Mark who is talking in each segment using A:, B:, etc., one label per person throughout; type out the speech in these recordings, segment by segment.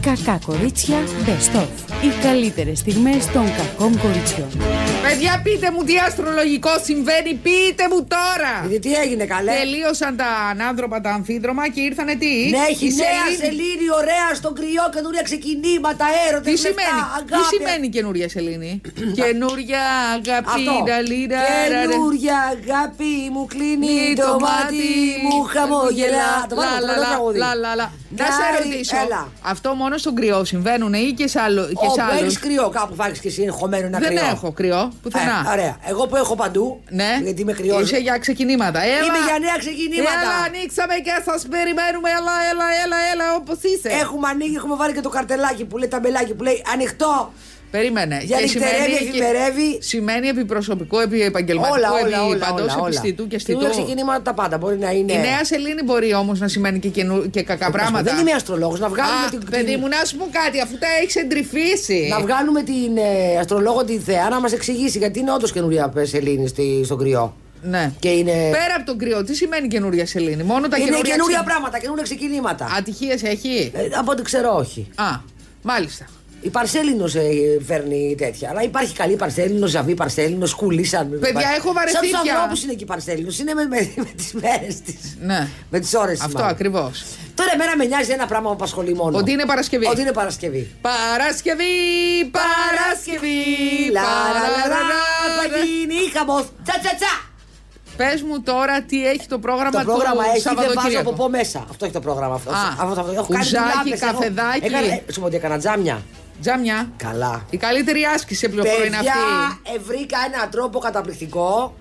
A: Κακά κορίτσια, best of. Οι καλύτερες στιγμές των κακών κοριτσιών.
B: Παιδιά, πείτε μου τι αστρολογικό συμβαίνει, πείτε μου τώρα!
C: Γιατί τι έγινε καλέ.
B: Τελείωσαν τα ανάνθρωπα, τα αμφίδρομα και ήρθανε τι.
C: Ναι, έχει
B: η
C: νέα σελήνη, ωραία στον κρυό, καινούρια ξεκινήματα, έρωτα,
B: Τι σημαίνει, τι σημαίνει καινούρια σελήνη. καινούρια αγάπη, νταλίρα,
C: Καινούρια αγάπη μου κλείνει το μάτι μου χαμογελά. Το μάτι μου τραγούδι.
B: Λα, λα, λα. Να σε
C: Λάρι,
B: ρωτήσω,
C: έλα.
B: αυτό μόνο στον κρυό συμβαίνουν ή και σε άλλο. και σε
C: Όπου
B: άλλους?
C: έχει κρυό, κάπου βάλεις και εσύ εγχωμένο ένα
B: Δεν
C: κρυό.
B: έχω κρυό, πουθενά.
C: Ε, ωραία. Εγώ που έχω παντού.
B: Ναι.
C: Γιατί είμαι κρυό.
B: Είσαι για ξεκινήματα. Έλα.
C: Είμαι για νέα ξεκινήματα.
B: Έλα, ανοίξαμε και σας περιμένουμε. Έλα, έλα, έλα, έλα, όπως είσαι.
C: Έχουμε ανοίγει, έχουμε βάλει και το καρτελάκι που λέει ταμπελάκι που λέει ανοιχτό.
B: Περίμενε.
C: Για νυχτερεύει, εφημερεύει.
B: σημαίνει επί προσωπικού, επί επαγγελματικού,
C: Όλα, όλα,
B: επί
C: όλα.
B: παντός,
C: όλα, όλα.
B: επί στιτού και στιτού.
C: Καινούργια ξεκινήματα τα πάντα. Μπορεί να είναι.
B: Η νέα σελήνη μπορεί όμως να σημαίνει και, καινού- και κακά πράγματα.
C: Δεν είμαι αστρολόγος. Να βγάλουμε
B: Α,
C: την.
B: παιδί
C: την-
B: μου, ναι. να σου πω κάτι, αφού τα έχεις εντρυφήσει.
C: Να βγάλουμε την ε, αστρολόγο τη Θεά να μας εξηγήσει γιατί είναι όντως καινούργια ε, σελήνη στη- στον κρυό.
B: Ναι.
C: Και είναι.
B: Πέρα από τον κρυό, τι σημαίνει καινούρια σελήνη. Μόνο τα
C: είναι
B: καινούρια.
C: καινούργια πράγματα, Ναι. καινούργια ξεκινήματα.
B: Ατυχίες έχει.
C: Ε, από ό,τι ξέρω, όχι.
B: Α, μάλιστα.
C: Η Παρσέλινος φέρνει τέτοια. Αλλά υπάρχει καλή Παρσέλινος, ζαβή Παρσέλινος, κουλή σαν.
B: Παιδιά, έχω βαρεθεί
C: Σαν τους
B: πια.
C: ανθρώπους είναι και η Παρσέλινος. Είναι με, με, με τις μέρες της.
B: Ναι.
C: Με τις ώρες της.
B: Αυτό ακριβώς.
C: Τώρα εμένα με νοιάζει ένα πράγμα που απασχολεί μόνο.
B: Ότι είναι Παρασκευή.
C: Ότι είναι Παρασκευή.
B: Παρασκευή, Παρασκευή,
C: Λαραραρα, θα
B: παραραρα.
C: γίνει χαμός. Τσα τσα τσα.
B: Πες μου τώρα τι έχει το πρόγραμμα
C: Το πρόγραμμα
B: του
C: έχει, δεν βάζω
B: Σαββατοκύριακου.
C: από πό μέσα. Αυτό έχει το πρόγραμμα αυτό.
B: Α,
C: αυτό, αυτό, έχω κάνει
B: κουζάκι,
C: δουλάπες, έχω-
B: καφεδάκι.
C: Έκανα, ε, σου πω ότι έκανα τζάμια.
B: Τζάμια.
C: Καλά.
B: Η καλύτερη άσκηση σε πληροφορώ είναι
C: Παιδιά,
B: αυτή.
C: ε, βρήκα ένα τρόπο καταπληκτικό.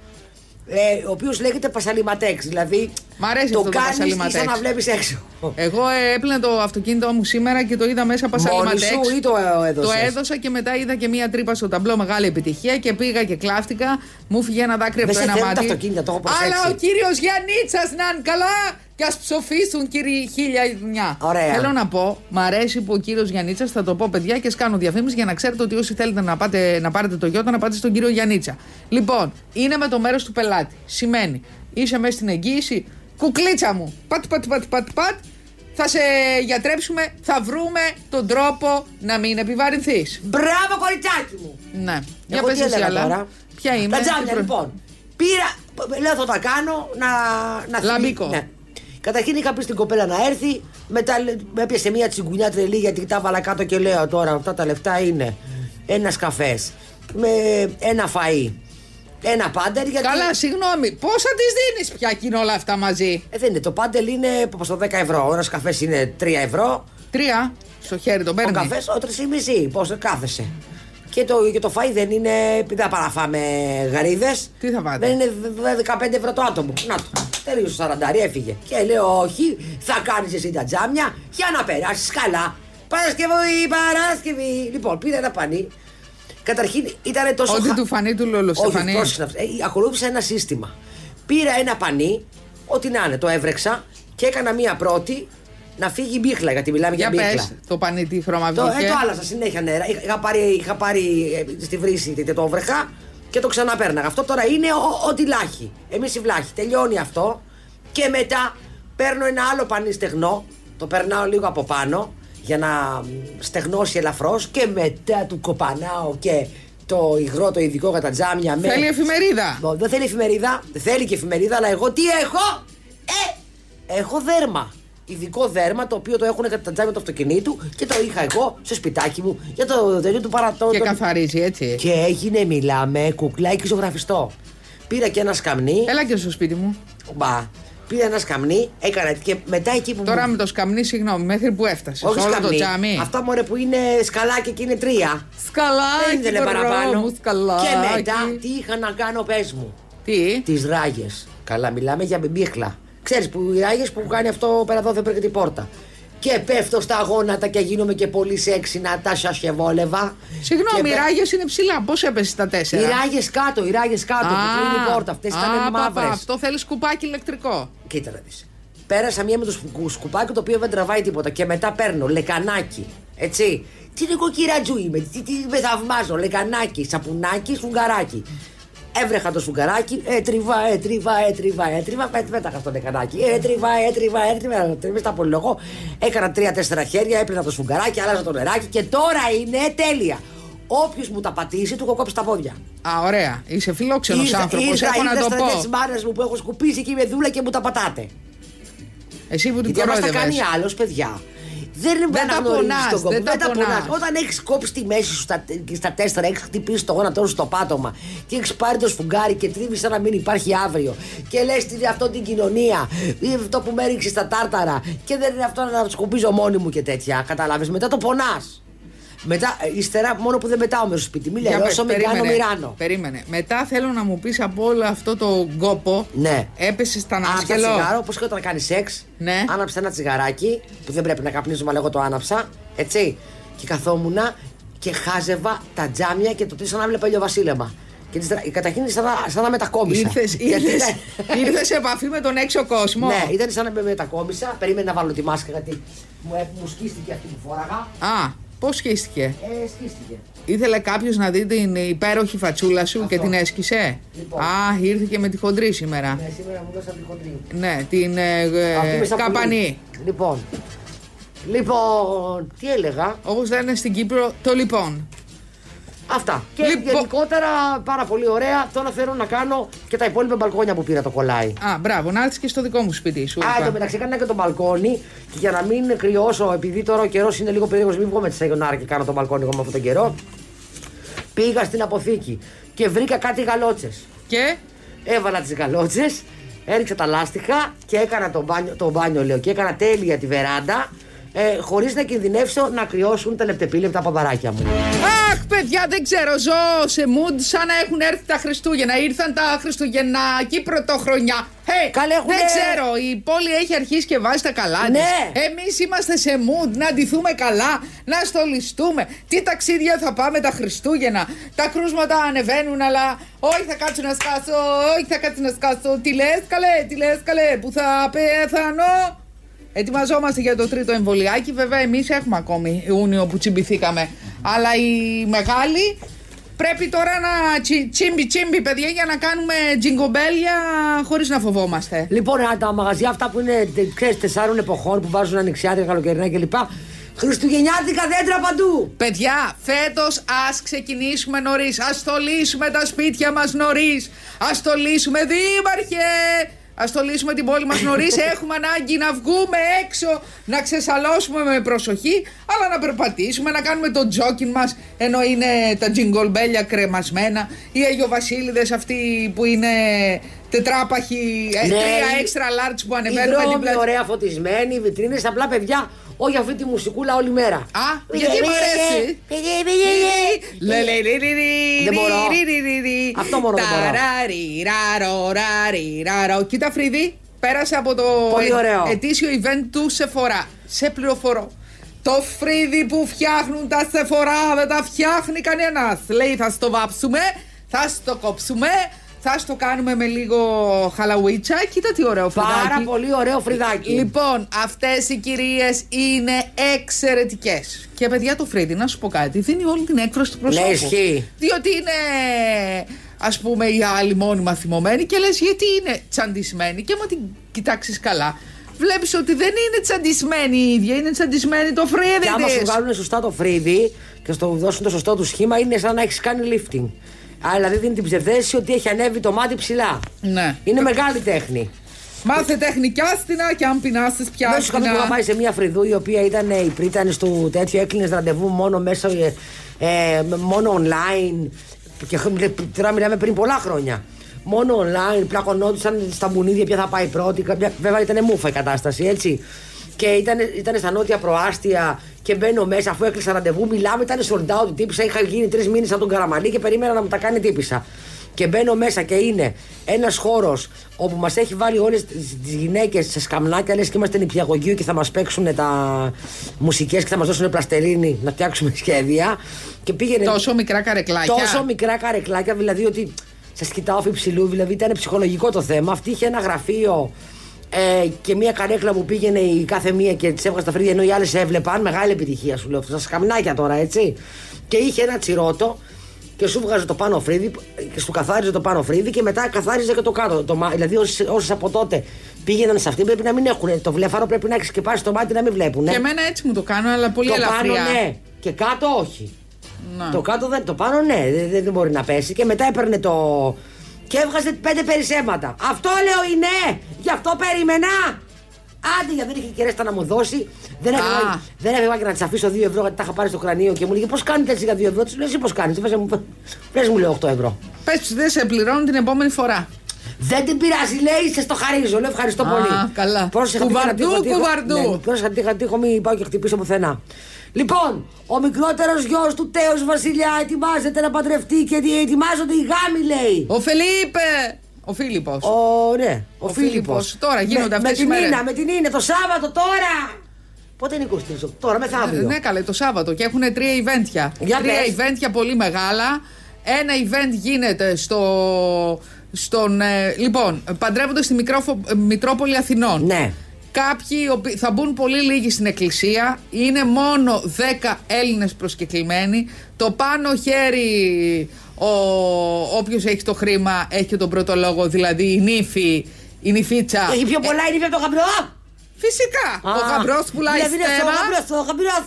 C: Ε, ο οποίος λέγεται πασαλιματέξ. Δηλαδή.
B: Μ' αρέσει
C: το
B: αυτό το
C: κάνεις
B: πασαλιματέξ.
C: σαν να βλέπεις έξω.
B: Εγώ ε, έπλυνα το αυτοκίνητό μου σήμερα και το είδα μέσα πασαλιματέξ.
C: Μόνη σου ή το, ε, ο,
B: Το
C: έδωσες?
B: έδωσα και μετά είδα και μία τρύπα στο ταμπλό, μεγάλη επιτυχία και πήγα και κλάφτηκα. Μου φύγε ένα δάκρυ από
C: Δεν
B: το
C: σε
B: ένα
C: θέλουν τα
B: μάτι.
C: αυτοκίνητα, το έχω προσέξει.
B: Αλλά ο κύριος Γιαννίτσα να είναι καλά και ας ψοφήσουν κύριοι χίλια μια.
C: Ωραία.
B: Θέλω να πω, μ' αρέσει που ο κύριος Γιαννίτσα, θα το πω παιδιά και σκάνω διαφήμιση για να ξέρετε ότι όσοι θέλετε να, πάτε, να πάρετε το γιώτα να πάτε στον κύριο Γιαννίτσα. Λοιπόν, είναι με το μέρος του πελάτη. Σημαίνει, είσαι μέσα στην εγγύηση, κουκλίτσα μου. Πατ, πατ, πατ, πατ, πατ. Θα σε γιατρέψουμε, θα βρούμε τον τρόπο να μην επιβαρυνθείς.
C: Μπράβο, κοριτσάκι μου.
B: Ναι. Για
C: Εγώ
B: πες
C: τι
B: εσύ
C: έλεγα
B: άλλα.
C: τώρα.
B: Ποια είμαι.
C: Τα
B: τι
C: τζάμια,
B: προ-
C: λοιπόν. Πήρα. Λέω θα τα κάνω να. να θυμί-
B: Λαμπίκο.
C: Ναι. Καταρχήν είχα πει στην κοπέλα να έρθει. Μετά λέ- με έπιασε μια τσιγκουνιά τρελή γιατί τα βάλα κάτω και λέω τώρα αυτά τα λεφτά είναι ένας καφές. Με ένα φαΐ, Ένα πάντερ. Γιατί...
B: Καλά, συγγνώμη. Πόσα της δίνεις πια κοινό όλα αυτά μαζί.
C: Ε, δεν είναι. Το πάντελ είναι στο 10 ευρώ. Ένας καφές είναι 3 ευρώ.
B: Τρία στο χέρι τον
C: Ο
B: παίρνει.
C: καφές, ο 3,5. Πόσο κάθεσαι. Και το, και το φαΐ δεν είναι. Επειδή θα παραφάμε γαρίδες.
B: Τι θα πάτε?
C: Δεν είναι δε- 15 ευρώ το άτομο. Να το. Τελείωσε στο 40, έφυγε. Και λέω, Όχι, θα κάνεις εσύ τα τζάμια για να περάσεις καλά. Παρασκευή, Παρασκευή. Λοιπόν, πήρα ένα πανί. Καταρχήν ήταν τόσο.
B: Ό,τι
C: χα-
B: του φανεί του
C: όχι,
B: Λολοστεφανή.
C: πρόσεξε να- ε, ακολούθησα ένα σύστημα. Πήρα ένα πανί, ό,τι να είναι, το έβρεξα και έκανα μία πρώτη να φύγει η μπίχλα. Γιατί μιλάμε για,
B: Για
C: μπίχλα.
B: πες το πανίτι
C: Το,
B: χρωμαβίκε.
C: ε, το άλλαζα συνέχεια νερά. Είχα- Είχα πάρει, είχα πάρει ε, στη βρύση τε- το βρεχά και το ξαναπέρναγα. Αυτό τώρα είναι ο- ό,τι λάχει. Εμείς η βλάχη. Τελειώνει αυτό και μετά παίρνω ένα άλλο πανί στεγνό. Το περνάω λίγο από πάνω για να μ, στεγνώσει ελαφρώς και μετά του κοπανάω και το υγρό το ειδικό για τα τζάμια. με-
B: Θέλει εφημερίδα.
C: Μπο- Δεν θέλει εφημερίδα, θέλει και εφημερίδα, αλλά εγώ τι έχω! Ε! Έχω δέρμα. Ειδικό δέρμα το οποίο το έχουν κατά τα τζάμια του αυτοκινήτου και το είχα εγώ στο σπιτάκι μου για το τέλειο του παρατώνου.
B: Και καθαρίζει έτσι.
C: Και έγινε, μιλάμε, κουκλάκι ζωγραφιστό. Πήρα και ένα σκαμνί.
B: Έλα και στο σπίτι μου.
C: Μπα. Πήρα ένα σκαμνί, έκανα και μετά εκεί που.
B: Τώρα
C: μου-
B: με το σκαμνί, συγγνώμη, μέχρι που έφτασες.
C: Όχι
B: Όλο το
C: σκαμνί.
B: τζάμι.
C: Αυτά μωρέ που είναι σκαλάκι και είναι τρία.
B: Σκαλάκι,
C: Δεν ήθελε παραπάνω.
B: μου, σκαλάκι.
C: Και μετά τι είχα να κάνω, πες μου.
B: Τι.
C: τις ράγες. Καλά, μιλάμε για μπίχλα. Ξέρεις που οι ράγες που κάνει αυτό πέρα εδώ δεν πρέπει την πόρτα. Και πέφτω στα γόνατα και γίνομαι και πολύ σεξι να τα σασχεβόλευα.
B: Συγγνώμη,
C: Και
B: οι
C: πέ-
B: ράγες είναι ψηλά. Πώς έπεσε στα
C: Οι
B: τέσσερα.
C: ράγες κάτω, οι ράγες κάτω. που κλείνει η πόρτα. Αυτές
B: α,
C: ήταν
B: παπα,
C: μαύρες.
B: Αυτό θέλεις σκουπάκι ηλεκτρικό.
C: Κοίτα να δεις. Πέρασα μία με το σκου- σκουπάκι το οποίο δεν τραβάει τίποτα και μετά παίρνω λεκανάκι. Έτσι. Τι νοικοκυρατζού είμαι, τι, τι με θαυμάζω, λεκανάκι, σαπουνάκι, σφουγγαράκι. Έβρεχα το σφουγγαράκι, έτριβα, έτριβα, έτριβα, έτριβα. πέ- Πέταγα στο νεκανάκι. Έτριβα, έτριβα, έτριβα. Τρεβή τα πολυλογώ. Έκανα τρία-τέσσερα χέρια, έπλυνα το σφουγγαράκι, άλλαζα το νεράκι και τώρα είναι τέλεια. Όποιος μου τα πατήσει, του έχω κόψει τα πόδια.
B: Α, ωραία. Είσαι φιλόξενος
C: Ήρθα-
B: άνθρωπος.
C: ήρθα-
B: Έχω να
C: ήρθα
B: το
C: στα χέρια της
B: πω.
C: μάνας μου που έχω σκουπίσει και είμαι δούλα και μου τα πατάτε.
B: Εσύ που την
C: Γιατί άμα τα
B: κορόιδευες.
C: κάνει άλλος, παιδιά. Δεν,
B: Δεν τα
C: αναγνωρίζεις
B: πονάς,
C: τον κόπο.
B: δεν τα πονάς.
C: Όταν έχεις κόψει τη μέση σου στα, και στα τέσσερα, έχεις χτυπήσει το γόνατό σου στο πάτωμα και έχεις πάρει το σφουγγάρι και τρίβεις σαν να μην υπάρχει αύριο και λες αυτό την κοινωνία, ή αυτό που με έριξε στα τάρταρα και δεν είναι αυτό να σκουπίζω μόνη μου και τέτοια. Κατάλαβε. Μετά το πονάς. Μετά, ε, ύστερα, μόνο που δεν μετάω μέσα στο σπίτι. Μην
B: Για
C: λέω,
B: πες,
C: όσο με κάνω, μοιράνω.
B: περίμενε. Μετά θέλω να μου πεις από όλο αυτό το κόπο.
C: Ναι.
B: Έπεσες στα
C: Άναψα
B: ανάσκελο.
C: τσιγάρο, όπως και όταν κάνεις σεξ.
B: Ναι.
C: Άναψα ένα τσιγαράκι που δεν πρέπει να καπνίζουμε, αλλά εγώ το άναψα. Έτσι. Και καθόμουν και χάζευα τα τζάμια και το τι σαν να βλέπα ηλιοβασίλεμα. Και τις, δρα- καταρχήν σαν, να- σαν να μετακόμισα.
B: Ήρθες,
C: Γιατί
B: ήρθες,
C: ήταν-
B: ήρθες σε επαφή με τον έξω κόσμο.
C: ναι, ήταν σαν να με μετακόμισα. Περίμενα να βάλω τη μάσκα γιατί μου, έ- μου σκίστηκε αυτή που φόραγα.
B: Α, πώς σχίστηκε.
C: Ε, σκίστηκε.
B: Ήθελε κάποιος να δει την υπέροχη φατσούλα σου
C: Αυτό.
B: και την έσκησε.
C: Λοιπόν.
B: Α, ήρθε και με τη χοντρή σήμερα.
C: Ναι, σήμερα μου δώσαν τη χοντρή.
B: Ναι, την ε, ε,
C: Αυτή με σαπουλί.
B: καπανή.
C: Λοιπόν. Λοιπόν, τι έλεγα.
B: Όπως λένε στην Κύπρο, το λοιπόν.
C: Αυτά. Και
B: Λοιπόν-
C: γενικότερα πάρα πολύ ωραία. Τώρα θέλω να κάνω και τα υπόλοιπα μπαλκόνια που πήρα το κολλάει.
B: Α, μπράβο, να έρθεις και στο δικό μου σπίτι σου.
C: Α,
B: είπα.
C: εν τω μεταξύ έκανα και το μπαλκόνι και για να μην κρυώσω, επειδή τώρα ο καιρός είναι λίγο περίεργος, μην βγω με τη Σαγιονάρα και κάνω το μπαλκόνι εγώ με αυτόν τον καιρό. Πήγα στην αποθήκη και βρήκα κάτι γαλότσες.
B: Και
C: Έβαλα τις γαλότσες, έριξα τα λάστιχα και έκανα το μπάνιο, το μπάνιο λέω, και έκανα τέλεια τη βεράντα. Ε, Χωρίς να κινδυνεύσω να κρυώσουν τα λεπτεπίλεπτα παπαράκια μου.
B: Αχ, παιδιά, δεν ξέρω. Ζω σε μουντ σαν να έχουν έρθει τα Χριστούγεννα. Ήρθαν τα Χριστουγεννακή πρωτοχρονιά. Hey,
C: Καλέ, έχουνε-
B: Δεν ξέρω. Η πόλη έχει αρχίσει και βάζει τα Ε, καλά
C: Ναι.
B: Εμείς είμαστε σε μουντ να ντυθούμε καλά, να στολιστούμε. Τι ταξίδια θα πάμε τα Χριστούγεννα. Τα κρούσματα ανεβαίνουν, αλλά όχι θα κάτσω να σκάσω. Όχι θα κάτσω να σκάσω. Τι λες, καλέ, τι λες, καλέ, που θα πέθανω. Ετοιμαζόμαστε για το τρίτο εμβολιάκι. Βέβαια, εμείς έχουμε ακόμη Ιούνιο που τσιμπηθήκαμε. Αλλά οι μεγάλοι πρέπει τώρα να τσι- τσιμπι τσιμπι, παιδιά, για να κάνουμε τζιγκομπέλια χωρίς να φοβόμαστε.
C: Λοιπόν, α, τα μαγαζιά αυτά που είναι τε- ξέρεις, τεσσάρων εποχών που βάζουν ανοιξιάτικα, καλοκαιρινά κλπ. Χριστουγεννιάτικα δέντρα παντού.
B: Παιδιά, φέτος ας ξεκινήσουμε νωρίς. Ας στολίσουμε τα σπίτια μας νωρίς. Ας στολίσουμε, Δήμαρχε! Ας στολίσουμε την πόλη μας νωρίς. Έχουμε ανάγκη να βγούμε έξω, να ξεσαλώσουμε με προσοχή, αλλά να περπατήσουμε, να κάνουμε το τζόκιν μας ενώ είναι τα τζιγκολμπέλια κρεμασμένα. Οι Αγιοβασίλειδες αυτοί που είναι τετράπαχοι, ε,
C: Ναι.
B: τρία έξτρα large που
C: Οι
B: ανεβαίνουν με Ναι, την
C: δρόμοι
B: πλατεία.
C: ωραία φωτισμένοι, οι βιτρίνες, απλά παιδιά, όχι αυτή τη μουσικούλα όλη μέρα.
B: Α, γιατί μου αρέσει. Λε, λε, λε, λε, λε,
C: Δεν μπορώ.
B: ρι, ρι, ρι, ρι.
C: Αυτό μόνο δεν μπορώ.
B: Ταράρι, ράρο, ράρι, ράρο. Κοίτα, Φρυδί, πέρασε από το
C: Πολύ
B: ε-
C: ωραίο.
B: ετήσιο event του Σεφορά. Σε πληροφορώ. Το φρύδι που φτιάχνουν τα Σεφορά δεν τα φτιάχνει κανένα. Λέει θα στο βάψουμε, θα στο κόψουμε, θα στο κάνουμε με λίγο χαλαουίτσα. Κοίτα τι ωραίο φρυδάκι.
C: Πάρα πολύ ωραίο φρυδάκι.
B: Λοιπόν, αυτές οι κυρίες είναι εξαιρετικές. Και παιδιά, το Φρίντι, να σου πω κάτι, δίνει όλη την έκφραση του προσώπου.
C: Ναι, ισχύει.
B: Διότι είναι, ας πούμε, οι άλλοι μόνιμα θυμωμένοι και λες γιατί είναι τσαντισμένοι. Και άμα την κοιτάξεις καλά, βλέπεις ότι δεν είναι τσαντισμένοι η ίδια, είναι τσαντισμένοι το
C: και άμα
B: Φρίντι.
C: σου βγάλουν σωστά το φρύδι και στο δώσουν το σωστό του σχήμα, είναι σαν να έχεις κάνει lifting. Αλλά δηλαδή δίνει την ψευδέστηση ότι έχει ανέβει το μάτι ψηλά.
B: Ναι.
C: Είναι μεγάλη τέχνη.
B: Μάθε τεχνικά στινα και αν πεινάσεις πια.
C: Δεν σου κάνω που είχα πάει σε μια φρυδού η οποία ήταν ε, η πρίτανη του τέτοιου, έκλεινες ραντεβού μόνο μέσω. ε, ε, με- μόνο online. Και χ- μιλε- τώρα μιλάμε πριν πολλά χρόνια. Μόνο online, πλακωνόντουσαν στα μπουνίδια ποια θα πάει πρώτη. κάποια- βέβαια ήταν μούφα η κατάσταση, έτσι. Και ήταν, ήταν στα νότια προάστια και μπαίνω μέσα αφού έκλεισα ραντεβού. Μιλάμε, ήταν sold out η τύπησα. Είχα γίνει τρεις μήνες από τον Καραμαλή και περίμενα να μου τα κάνει η τύπησα. Και μπαίνω μέσα και είναι ένας χώρος όπου μας έχει βάλει όλες τις γυναίκες σε σκαμνάκια, λες και είμαστε νηπιαγωγείο και θα μας παίξουν τα μουσικές και θα μας δώσουν πλαστερίνη να φτιάξουμε σχέδια. Και πήγαινε
B: Τόσο μικρά καρεκλάκια.
C: τόσο μικρά καρεκλάκια, δηλαδή ότι σας κοιτάω όφη ψηλού, δηλαδή ήταν ψυχολογικό το θέμα. Αυτή είχε ένα γραφείο ε, και μία καρέκλα που πήγαινε η κάθε μία και της έβγαζε τα φρύδια ενώ οι άλλες έβλεπαν. Μεγάλη επιτυχία σου λέω. Στα σκαμνάκια τώρα, έτσι. Και είχε ένα τσιρότο και σου βγάζε το πάνω φρύδι και σου καθάριζε το πάνω φρύδι και μετά καθάριζε και το κάτω. Το, μα- δηλαδή όσοι, όσοι από τότε πήγαιναν σε αυτή πρέπει να μην έχουν. Το βλέφαρο πρέπει να έχεις σκεπάσει το μάτι να μην βλέπουν.
B: Και εμένα έτσι μου το κάνω, αλλά πολύ
C: Ναι. το
B: ελαφριά.
C: πάνω ναι. Και κάτω όχι.
B: Να.
C: Το κάτω δεν, το πάνω ναι, δεν, δεν μπορεί να πέσει. Και μετά έπαιρνε το. Και έβγαζε πέντε περισσέματα. Αυτό λέω είναι! Γι' αυτό περίμενα! Άντε, γιατί δεν είχε κερέστα να μου δώσει. Δεν
B: Α.
C: έφευγα, δεν έφευγα και να της αφήσω 2 ευρώ γιατί τα είχα πάρει στο κρανίο και μου λέγε Πώ κάνετε έτσι για 2 ευρώ. Της λέω Εσύ πώς κάνεις. Πες μου, πες μου, λέω 8 ευρώ.
B: Πες τους, δεν σε πληρώνουν την επόμενη φορά.
C: Δεν την πειράζει, λέει, σε το χαρίζω. Λέω ευχαριστώ
B: Α,
C: πολύ.
B: καλά.
C: Πρόσεχα τι είχα να
B: Κουβαρντού,
C: τύχω, τύχω.
B: κουβαρντού.
C: Ναι, πρόσεχα τι είχα τύχω, μην πάω και χτυπήσω πουθενά. Λοιπόν, ο μικρότερος γιος του τέος Βασιλιά ετοιμάζεται να παντρευτεί και τι- ετοιμάζονται οι γάμοι, λέει.
B: Ο Φελίπε! Ο Φίλιππος.
C: Ο, ναι, ο,
B: Ο
C: Φίλιππος.
B: Φίλιππος. Τώρα γίνονται
C: με,
B: αυτές
C: με
B: οι
C: την
B: μέρες.
C: Ίνα, με την Ίνα, το Σάββατο τώρα. Πότε είναι 23, τώρα
B: Ε,
C: μεθαύριο.
B: Ναι, καλέ, το Σάββατο. Και έχουν τρία eventια.
C: Για
B: τρία
C: πες.
B: eventια πολύ μεγάλα. Ένα event γίνεται στο. Στον, ε, λοιπόν, παντρεύονται στη Μικρόφο- ε, Μητρόπολη Αθηνών.
C: Ναι.
B: Κάποιοι οι οποίοι- θα μπουν πολύ λίγοι στην εκκλησία. Είναι μόνο 10 Έλληνες προσκεκλημένοι. Το πάνω χέρι, ο, όποιος έχει το χρήμα, έχει και τον πρώτο λόγο, δηλαδή η νύφη, η νυφίτσα.
C: Έχει πιο πολλά, είναι πιο το γαμπρό.
B: Φυσικά. ε, ο
C: Α,
B: γαμπρός πουλάει
C: δηλαδή είναι
B: στέμα.
C: Ο γαμπρός, ο γαμπρός.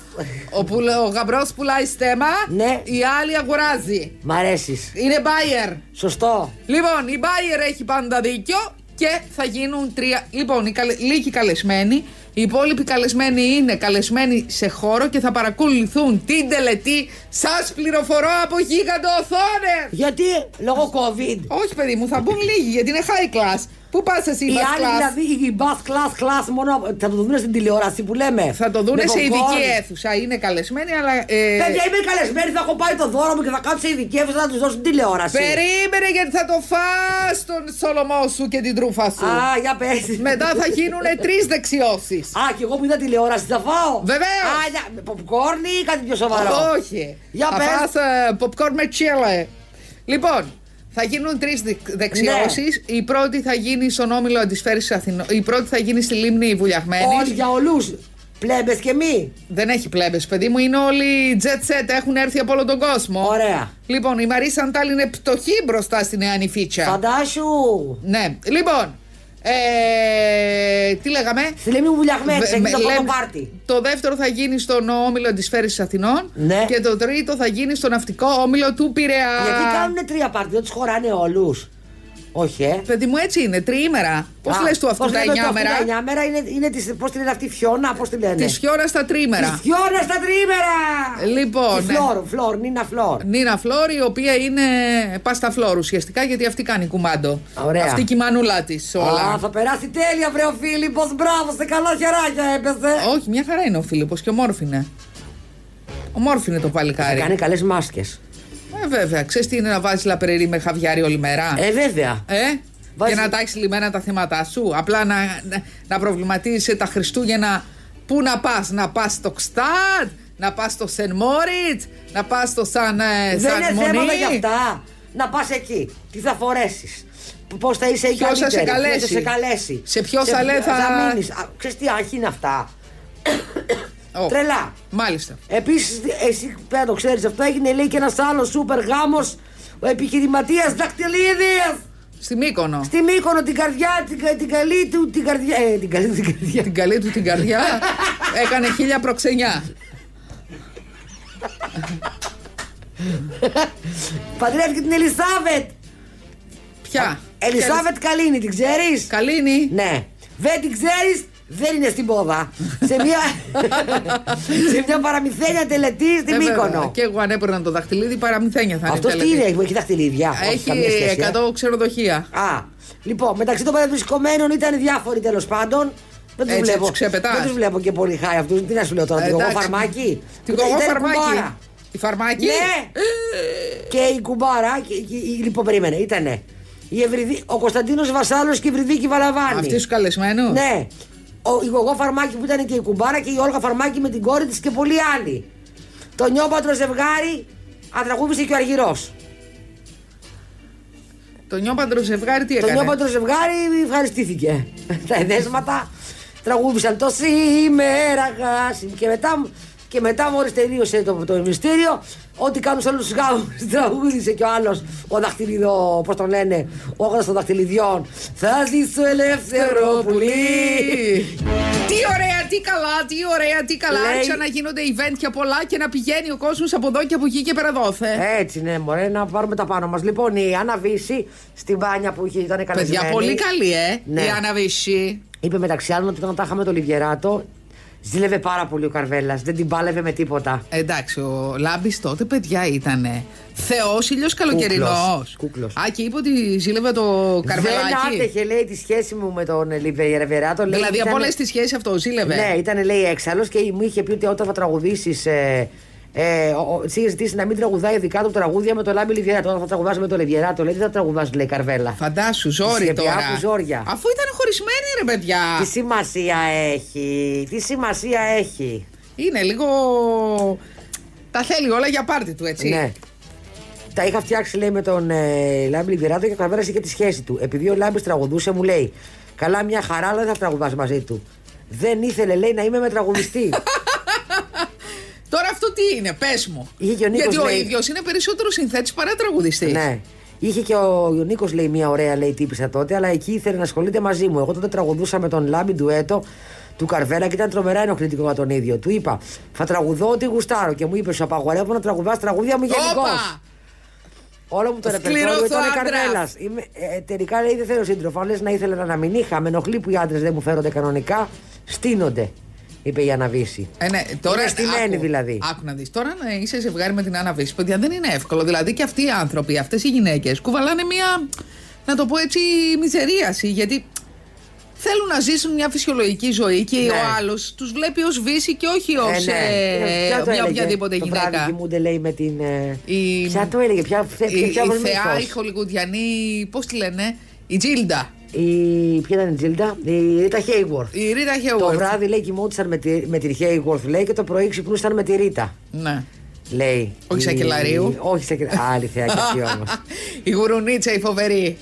B: Ο, πουλ, ο γαμπρός πουλάει στέμα,
C: Ναι.
B: η άλλη αγοράζει.
C: Μ' αρέσεις.
B: Είναι buyer.
C: Σωστό.
B: Λοιπόν, η buyer έχει πάντα δίκιο και θα γίνουν τρία. Λοιπόν, οι καλε... λίγοι καλεσμένοι. Οι υπόλοιποι καλεσμένοι είναι καλεσμένοι σε χώρο και θα παρακολουθούν την τελετή. Σας πληροφορώ από γίγαντο οθόνες!
C: Γιατί λόγω COVID.
B: Όχι, παιδί μου, θα μπουν λίγοι γιατί είναι high class. Πού πας εσύ,
C: Οι
B: Bas
C: άλλοι
B: class?
C: δηλαδή, οι bus class, class μόνο θα το δουν στην τηλεόραση που λέμε.
B: Θα το δουν
C: Με
B: σε ειδική
C: popcorn.
B: αίθουσα. Είναι καλεσμένοι, αλλά. ε,
C: Παιδιά, είμαι καλεσμένη, θα έχω πάρει το δώρο μου και θα κάτσω σε ειδική αίθουσα να τους δώσω την τηλεόραση.
B: Περίμενε γιατί θα το φας τον σολομό σου και την τρούφα σου.
C: Α, για πες.
B: Μετά θα γίνουν τρεις δεξιώσεις.
C: Α, και εγώ που είδα τηλεόραση θα φάω.
B: Βεβαίως.
C: Α, για- με popcorn ή κάτι πιο σοβαρό.
B: Όχι.
C: Για
B: θα
C: πες.
B: φας ε, popcorn με τσίλε. Λοιπόν, θα γίνουν τρεις δεξιώσεις.
C: Ναι.
B: Η πρώτη θα γίνει στον όμιλο Αντισφαίρηση Αθηνών. Η πρώτη θα γίνει στη λίμνη Βουλιαγμένης.
C: Όλοι για όλου. Πλέμπες και μη.
B: Δεν έχει πλέμπες, παιδί μου. Είναι όλοι jet set. Έχουν έρθει από όλο τον κόσμο.
C: Ωραία.
B: Λοιπόν, η Μαρή Σαντάλ είναι πτωχή μπροστά στην Νέα Νηφίτσα.
C: Φαντάσου.
B: Ναι. Λοιπόν, ε, τι λέγαμε.
C: Στη λίμνη μου βουλιαγμένη,
B: Βε- με-
C: ξεκινά από το
B: λέμε-
C: πάρτι.
B: Το δεύτερο θα γίνει στον όμιλο της Φέρηση Αθηνών.
C: Ναι.
B: Και το τρίτο θα γίνει στον ναυτικό όμιλο του Πειραιά.
C: Γιατί κάνουν τρία πάρτι, δεν τους χωράνε όλους. Όχι, ε.
B: Παιδί μου, έτσι είναι, τριήμερα. Πώς
C: Α,
B: λες του αυτού
C: πώς
B: τα
C: λέτε το
B: εννιά
C: αυτού Τα
B: μέρα.
C: εννιά μέρα είναι, είναι της, πώς τη λένε αυτή, η Φιώνα, πώς τη λένε.
B: Της χιόρα στα τρίμερα.
C: Της Φιώνα στα τρίμερα!
B: Λοιπόν,
C: Τη
B: ναι.
C: Φλόρ, Φλόρ, Νίνα Φλόρ.
B: Νίνα Φλόρ, η οποία είναι πάστα φλόρ ουσιαστικά, γιατί αυτή κάνει κουμάντο.
C: Ωραία.
B: Αυτή και η μανούλα της όλα.
C: Α, θα περάσει τέλεια, βρε ο Φίλιππος, μπράβο, σε καλά χεράκια έπεσε.
B: Όχι, μια χαρά είναι ο Φίλιππος και ομόρφινε. Ομόρφινε το παλικάρι.
C: Κάνει καλές μάσκες.
B: Ε, βέβαια. Ξέρεις τι είναι να βάζεις λαπερερή με χαβιάρι όλη μέρα.
C: Ε, βέβαια.
B: Ε,
C: Βάζει-
B: για να τα έχεις λυμμένα τα θέματα σου. Απλά να, να, να προβληματίζεσαι τα Χριστούγεννα. Πού να πας, να πας στο Κστάτ, να πας στο Σεν Μόριτ, να πας στο Σαν, ε,
C: Δεν
B: Σαν
C: είναι
B: Μονή.
C: θέματα για αυτά. Να πας εκεί. Τι θα φορέσεις. Πώς θα είσαι η
B: Ποιος θα σε
C: καλύτερη, ποιος
B: καλέσει.
C: θα σε καλέσει.
B: Σε ποιο θα λέει θα-
C: Θα μείνεις. Α, Ξέρεις τι άγχη είναι αυτά.
B: Ω,
C: Τρελά.
B: Μάλιστα.
C: Επίσης, εσύ πέρα το ξέρεις αυτό, έγινε λέει και ένας άλλος σούπερ γάμος. Ο επιχειρηματίας Δακτυλίδης!
B: Στη Μύκονο.
C: Στη Μύκονο την καρδιά, την, κα- την καλή του, την καρδιά. Ε, την καλή του, την καρδιά.
B: την καλή του την καρδιά έκανε χίλια προξενιά.
C: Παντρεύτηκε την Ελισάβετ!
B: Ποια.
C: Ε, Ελισάβετ Καλίνη, την ξέρεις?
B: Καλίνη.
C: Ναι. Δεν την ξέρεις, δεν είναι στην πόδα. σε μια, σε μια παραμυθένια τελετή στη
B: Ε, βέβαια.
C: Μύκονο.
B: Και εγώ αν έπαιρνα το δαχτυλίδι παραμυθένια θα είναι.
C: Αυτός τι
B: τέλετη.
C: είναι, έχει δαχτυλίδια. Όχι, καμία σχέση,
B: Έχει
C: ε.
B: 100 ξενοδοχεία.
C: Α, λοιπόν, μεταξύ των παρευρισκομένων ήταν διάφοροι τέλος πάντων. Δεν τους
B: Έτσι,
C: βλέπω.
B: τους ξεπετάς.
C: Δεν τους βλέπω και πολύ χάι αυτούς. Τι να σου λέω τώρα, την κογό
B: Εντάξει.
C: φαρμάκι.
B: Την κογό
C: Ήταν
B: φαρμάκι.
C: Ε, κουμπάρα.
B: Η φαρμάκι.
C: Ναι! και η κουμπάρα. Και, και, η- λοιπόν, περίμενε, ήταν. Η Ευρυδί, ο Κωνσταντίνος Βασάλος και η Ευρυδίκη Βαλαβάνη.
B: Αυτή σου καλεσμένους.
C: Ναι. Ο, η Γογό Φαρμάκη που ήταν και η κουμπάρα και η Όλγα Φαρμάκη με την κόρη της και πολλοί άλλοι. Το νιόπατρο ζευγάρι αντραγούβησε και ο Αργυρός.
B: Το νιόπαντρο ζευγάρι τι
C: Το
B: έκανε.
C: νιόπαντρο ζευγάρι ευχαριστήθηκε. Τα εδέσματα τραγούδισαν το σήμερα γάσι. Και μετά Και μετά, μόλις τελείωσε το, το μυστήριο, ό,τι κάνουν σε όλους τους γάμους, τραγούδισε και ο άλλος ο δαχτυλιδό, πώς τον λένε, ο άγορα των δαχτυλιδιών. Θα ζήσω ελεύθερο πουλί.
B: Τι ωραία, τι καλά, τι ωραία, τι καλά.
C: Λέει-
B: Άρχισαν να γίνονται event και πολλά και να πηγαίνει ο κόσμος από εδώ και από εκεί και περαδόθε.
C: Έτσι ναι, μωρέ, να πάρουμε τα πάνω μας. Λοιπόν, η Άννα Βύση στην μπάνια που είχε, ήταν καλεσμένη.
B: Παιδιά, πολύ καλή, ε!
C: Ναι.
B: Η Άννα Βύση.
C: Είπε μεταξύ άλλων ότι όταν τα είχαμε το Λιβιεράτο, ζήλευε πάρα πολύ ο Καρβέλλα. Δεν την πάλευε με τίποτα.
B: Ε, Εντάξει, ο Λάμπης τότε, παιδιά, ήταν θεός ήλιος καλοκαιρινός.
C: Κούκλος, κούκλος.
B: Α, και είπε ότι ζήλευε το
C: Δεν
B: καρβελάκι.
C: άτεχε, λέει, τη σχέση μου με τον Λιβιεράτο. λέει,
B: Δηλαδή, από
C: ήταν-
B: όλες τις σχέσεις αυτό ζήλευε.
C: Ναι, ήταν λέει έξαλλος και μου είχε πει ότι όταν θα τραγουδήσεις. Ε, ε, ο- ο- της είχε ζητήσει να μην τραγουδάει δικά του τραγούδια με το Λάμπη Λιβιεράτο. Όταν θα τραγουδάς με το Λιβιεράτο, λέει, δεν θα τραγουδάς, λέει Καρβέλα.
B: Φαντάσου, ζόρι
C: Σκεπιά
B: τώρα.
C: που ζόρια.
B: Αφού ήταν χωρισμένοι, ρε παιδιά.
C: Τι σημασία έχει, τι σημασία έχει.
B: Είναι λίγο. Τα θέλει όλα για πάρτι του, έτσι.
C: Ναι. Τα είχα φτιάξει, λέει, με τον ε, Λάμπη Λιβιεράτο και ο Καρβέρα είχε τη σχέση του. Επειδή ο Λάμπης τραγουδούσε, μου λέει, Καλά, μια χαρά, αλλά δεν θα τραγουδάς μαζί του. Δεν ήθελε, λέει, να είμαι με τραγουδιστή.
B: Τώρα αυτό τι είναι, πες μου.
C: Είχε και ο Νίκος,
B: Γιατί ο
C: λέει.
B: ίδιος είναι περισσότερο συνθέτης παρά τραγουδιστής.
C: ναι. Είχε και ο Νίκος, λέει, μια ωραία, λέει, τύπησα τότε, αλλά εκεί ήθελε να ασχολείται μαζί μου. Εγώ τότε τραγουδούσα με τον Λάμπη ντουέτο του Καρβέρα και ήταν τρομερά ενοχλητικό για τον ίδιο. Του είπα, Θα τραγουδώ ό,τι γουστάρω. Και μου είπε, Σου απαγορεύω να τραγουδάς τραγούδια μου γενικώς.
B: Όπα!
C: Όλο μου το
B: Σκληρός
C: ρεπερτόριο
B: ο
C: ήταν
B: άντρας.
C: καρβέλα. Ε, τελικά λέει δεν θέλω σύντροφο. Αν λες να ήθελα να μην είχα, με ενοχλεί που οι άντρες δεν μου φέρονται κανονικά, στείνονται, είπε η Αναβίση.
B: Ε, ναι, τώρα,
C: Είναι στημένη δηλαδή.
B: Άκου να δεις. Τώρα να είσαι ζευγάρι με την Άννα Βύση, παιδιά, δεν είναι εύκολο. Δηλαδή και αυτοί οι άνθρωποι, αυτές οι γυναίκες κουβαλάνε μία, να το πω έτσι, μιζερίαση. Γιατί θέλουν να ζήσουν μια φυσιολογική ζωή και
C: Ναι.
B: ο άλλος τους βλέπει ως Βύση και όχι ω
C: Ε, ναι. Ποια το
B: μια
C: έλεγε,
B: οποιαδήποτε
C: το
B: γυναίκα.
C: βράδυ κοιμούνται, λέει, με την. ε,
B: Η-
C: Ποια το έλεγε, ποια, ποια,
B: η,
C: ποια,
B: η
C: ποια γνωστός.
B: θεά, η χολιγουδιανή, πώς τη λένε, η Τζίλντα.
C: Η- Ποια ήταν η Τζίλντα, η Ρίτα Χέιγουορθ.
B: Η Ρίτα
C: Το
B: Χέουαρτ.
C: βράδυ λέει κοιμόντουσαν με τη, με την Χέιγουορθ, λέει, και το πρωί ξυπνούσαν με τη Ρίτα.
B: Ναι.
C: Λέει.
B: Όχι Σακελαρίου.
C: Η- Όχι Σακελαρίου. Άλλη θεά και αυτή όμως.
B: η γουρουνίτσα η φοβερή.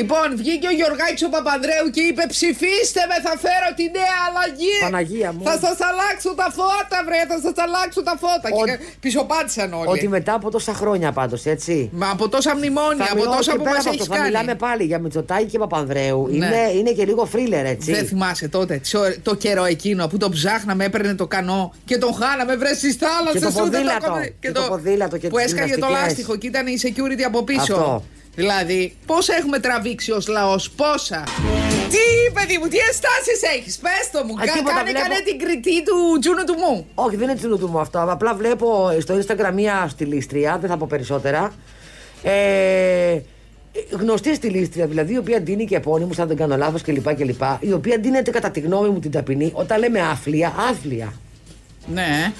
B: Λοιπόν, βγήκε ο Γιωργάκης ο Παπανδρέου και είπε ψηφίστε με θα φέρω τη νέα αλλαγή.
C: Παναγία μου.
B: Θα σας αλλάξω τα φώτα βρε, θα σας αλλάξω τα φώτα.
C: Ότι-
B: Και πισωπάτησαν όλοι.
C: Ότι μετά από τόσα χρόνια πάντως, έτσι.
B: Μα από τόσα μνημόνια, από
C: μιλάω
B: τόσα
C: και
B: που
C: πέρα
B: μας
C: από αυτό,
B: έχεις
C: Θα
B: κάνει.
C: μιλάμε πάλι για Μητσοτάκη και Παπανδρέου.
B: Ναι.
C: Είναι, είναι και λίγο θρίλερ, έτσι.
B: Δεν θυμάσαι τότε τις ώρες- το καιρό εκείνο που τον ψάχναμε, έπαιρνε το κανό και τον χάναμε, βρε στι θάλασσε.
C: το ποδήλατο, και το ποδήλατο και
B: που
C: τις
B: έσκαγε το
C: γυμναστικές.
B: λάστιχο και ήταν η security από πίσω.
C: Αυτό.
B: Δηλαδή, πόσα έχουμε τραβήξει ως λαός, πόσα. Τι, παιδί μου, τι αισθάσει έχεις, πες το μου.
C: Α, Ε, τίποτα,
B: κάνε,
C: βλέπω.
B: κάνε την κριτή του Τζούνου του μου.
C: Όχι, δεν είναι τσιλούτου μου αυτό. Απλά βλέπω στο Instagram μία στυλίστρια, δεν θα πω περισσότερα. Ε, γνωστή στυλίστρια, δηλαδή η οποία ντύνει και επώνυμους, αν δεν κάνω λάθος κλπ, κλπ. Η οποία ντύνεται κατά τη γνώμη μου την ταπεινή, όταν λέμε άφλια, άφλια.
B: Ναι.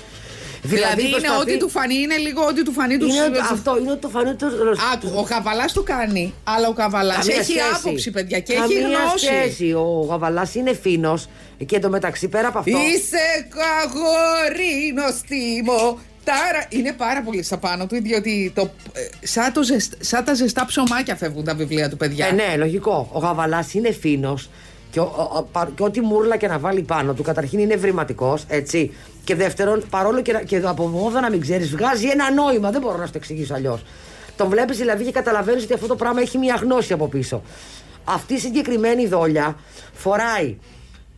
B: Δηλαδή,
C: Δηλαδή,
B: είναι
C: προσπαθεί-
B: ό,τι του φανεί, είναι λίγο ό,τι του φανεί τους.
C: Είναι το- αυτό, είναι το φανό του
B: Άκου, ο Καβαλά το κάνει, αλλά ο Καβαλά έχει
C: Καμία σχέση.
B: άποψη, παιδιά, και
C: Καμία
B: έχει γνώση.
C: Σχέση. Ο Γαβαλάς είναι φίνος και εντωμεταξύ πέρα από αυτό.
B: Είσαι καγόρι νοστίμο. Τάρα. Είναι πάρα πολύ στα πάνω του, διότι το, ε, σαν, το ζεσ- σαν τα ζεστά ψωμάκια φεύγουν τα βιβλία του, παιδιά.
C: Ε, ναι, λογικό. Ο Γαβαλάς είναι φίνος και, ο- ο- ο- πα- και ό,τι μούρλα και να βάλει πάνω του, καταρχήν είναι ευρηματικός, έτσι. Και δεύτερον, παρόλο και, να- και από μόδα να μην ξέρεις, βγάζει ένα νόημα. Δεν μπορώ να σου το εξηγήσω αλλιώς. Τον βλέπεις δηλαδή και καταλαβαίνεις ότι αυτό το πράγμα έχει μια γνώση από πίσω. Αυτή η συγκεκριμένη δόλια φοράει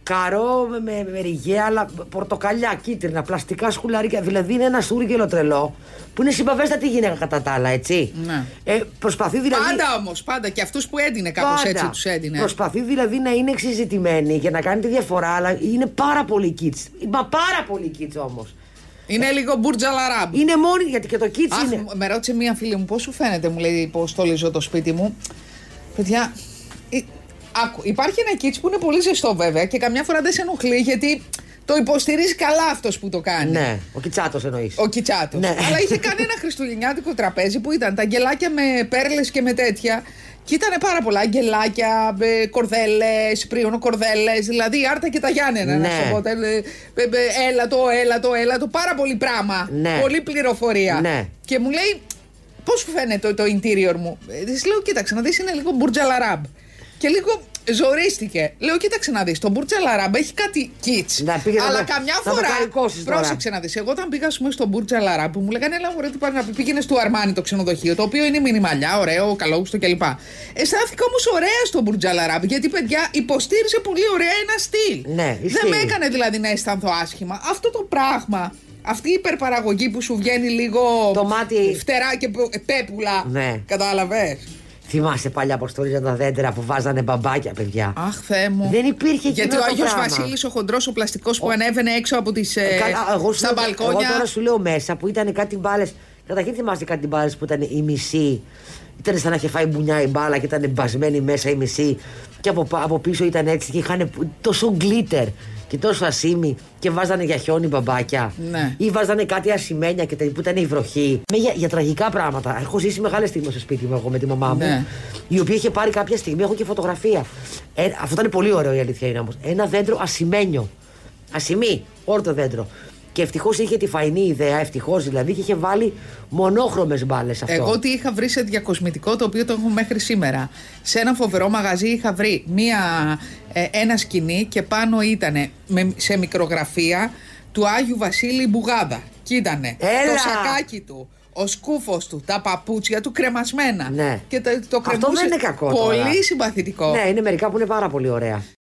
C: καρό με, με, με ριγαία, αλλά πορτοκαλιά, κίτρινα, πλαστικά σκουλαρίκια. Δηλαδή είναι ένα σούργελο τρελό που είναι συμπαβέστατη γυναίκα κατά τα άλλα, έτσι.
B: Ναι.
C: Ε, προσπαθεί δηλαδή.
B: πάντα όμως, πάντα. Και αυτούς που έδινε, κάπω έτσι
C: Πάντα.
B: του έδινε.
C: Προσπαθεί δηλαδή να είναι εξειζητημένη και να κάνει τη διαφορά, αλλά είναι πάρα πολύ κίτς. Μα πάρα πολύ κίτς όμως.
B: Είναι λίγο μπουρτζαλαράμπ.
C: Είναι μόνη, γιατί και το κίτς
B: Αχ,
C: Ε, είναι.
B: μου- με ρώτησε μία φίλη μου, πώς σου φαίνεται, μου λέει, πώς στολίζω το σπίτι μου. Παιδιά, ε, άκου, υπάρχει ένα κίτσι που είναι πολύ ζεστό βέβαια και καμιά φορά δεν σε ενοχλεί γιατί το υποστηρίζει καλά αυτός που το κάνει.
C: Ναι, ο κιτσάτος εννοείς.
B: Ο Κιτσάτος.
C: Ναι.
B: Αλλά είχε κάνει ένα χριστουγεννιάτικο τραπέζι που ήταν τα αγγελάκια με πέρλες και με τέτοια. Και ήταν πάρα πολλά αγγελάκια, ε, κορδέλες, πρίωνο κορδέλες, δηλαδή άρτα και τα Γιάννενα.
C: Ναι.
B: Να σου πω, τα- ε, ε, ε, έλατο, έλατο, έλατο. Πάρα πολύ πράγμα.
C: Ναι.
B: Πολύ πληροφορία.
C: Ναι.
B: Και μου λέει, πώς σου φαίνεται το, το interior μου. Ε, Της λέω, κοίταξε να δεις, είναι λίγο μπουρτζαλαράμπ. Και λίγο Ζορίστηκε. Λέω, κοίταξε να δεις. Το Μπούρτζα Λαράμπα έχει κάτι κίτ.
C: Να πήγε να
B: Αλλά
C: με-
B: καμιά
C: να με
B: φορά.
C: καρικώσεις τώρα.
B: Πρόσεξε να δεις. Εγώ όταν πήγα ας πούμε, στο Μπούρτζα Λαράμπα, μου λέγανε ένα ωραίο τι πας να πει. Πήγαινε στο Αρμάνι το ξενοδοχείο, το οποίο είναι μινιμαλιά, ωραίο, καλόγουστο κλπ. Αισθάνθηκα όμως ωραία στο Μπούρτζα Λαράμπα, γιατί παιδιά υποστήριζε πολύ ωραία ένα στυλ.
C: Ναι, ισχύει.
B: Δεν με έκανε δηλαδή να αισθανθώ άσχημα. Αυτό το πράγμα. Αυτή η υπερπαραγωγή που σου βγαίνει λίγο
C: Το μάτι-
B: φτερά και πε- πέπουλα.
C: Ναι.
B: Κατάλαβες.
C: Θυμάστε παλιά αποστολή για τα δέντρα που βάζανε μπαμπάκια, παιδιά.
B: Αχ, Θεέ μου.
C: Δεν υπήρχε εκείνο
B: Γιατί
C: το
B: ο Άγιος
C: πράγμα.
B: Βασίλης, ο χοντρός, ο πλαστικός που ανέβαινε έξω από τις. Ε,
C: Καλά, εγώ σου
B: στα
C: λέω- Εγώ
B: μπαλκόνια.
C: τώρα σου λέω μέσα που ήταν κάτι μπάλες. Καταρχήν θυμάστε κάτι μπάλες που ήταν η μισή. Ήταν σαν να είχε φάει μπουνιά η μπάλα και ήταν μπασμένη μέσα η μισή. Και από, πα- από πίσω ήταν έτσι και είχαν τόσο γκλίτερ και τόσο ασίμι και βάζανε για χιόνι μπαμπάκια.
B: Ναι.
C: Ή βάζανε κάτι ασημένια και τα, που ήταν η βροχή. Με, για, για τραγικά πράγματα. Έχω ζήσει μεγάλες στιγμές στο σπίτι μου εγώ με τη μαμά μου.
B: Ναι.
C: Η οποία είχε πάρει κάποια στιγμή, έχω και φωτογραφία. Ε, αυτό ήταν πολύ ωραίο η αλήθεια είναι όμως. Ένα δέντρο ασημένιο. Ασημή, όρτο δέντρο. Και ευτυχώς είχε τη φαϊνή ιδέα, ευτυχώς δηλαδή, και είχε βάλει μονόχρωμες μπάλες αυτό.
B: Εγώ τι είχα βρει σε διακοσμητικό το οποίο το έχω μέχρι σήμερα. Σε ένα φοβερό μαγαζί είχα βρει μία, ε, ένα σκηνή και πάνω ήταν σε μικρογραφία του Άγιου Βασίλη Μπουγάδα. Κοίτανε
C: Έλα!
B: το σακάκι του, ο σκούφος του, τα παπούτσια του κρεμασμένα.
C: Ναι.
B: Και το, το
C: Αυτό δεν
B: κρεμούσε.
C: είναι κακό
B: Πολύ
C: τώρα.
B: συμπαθητικό.
C: Ναι, είναι μερικά που είναι πάρα πολύ ωραία.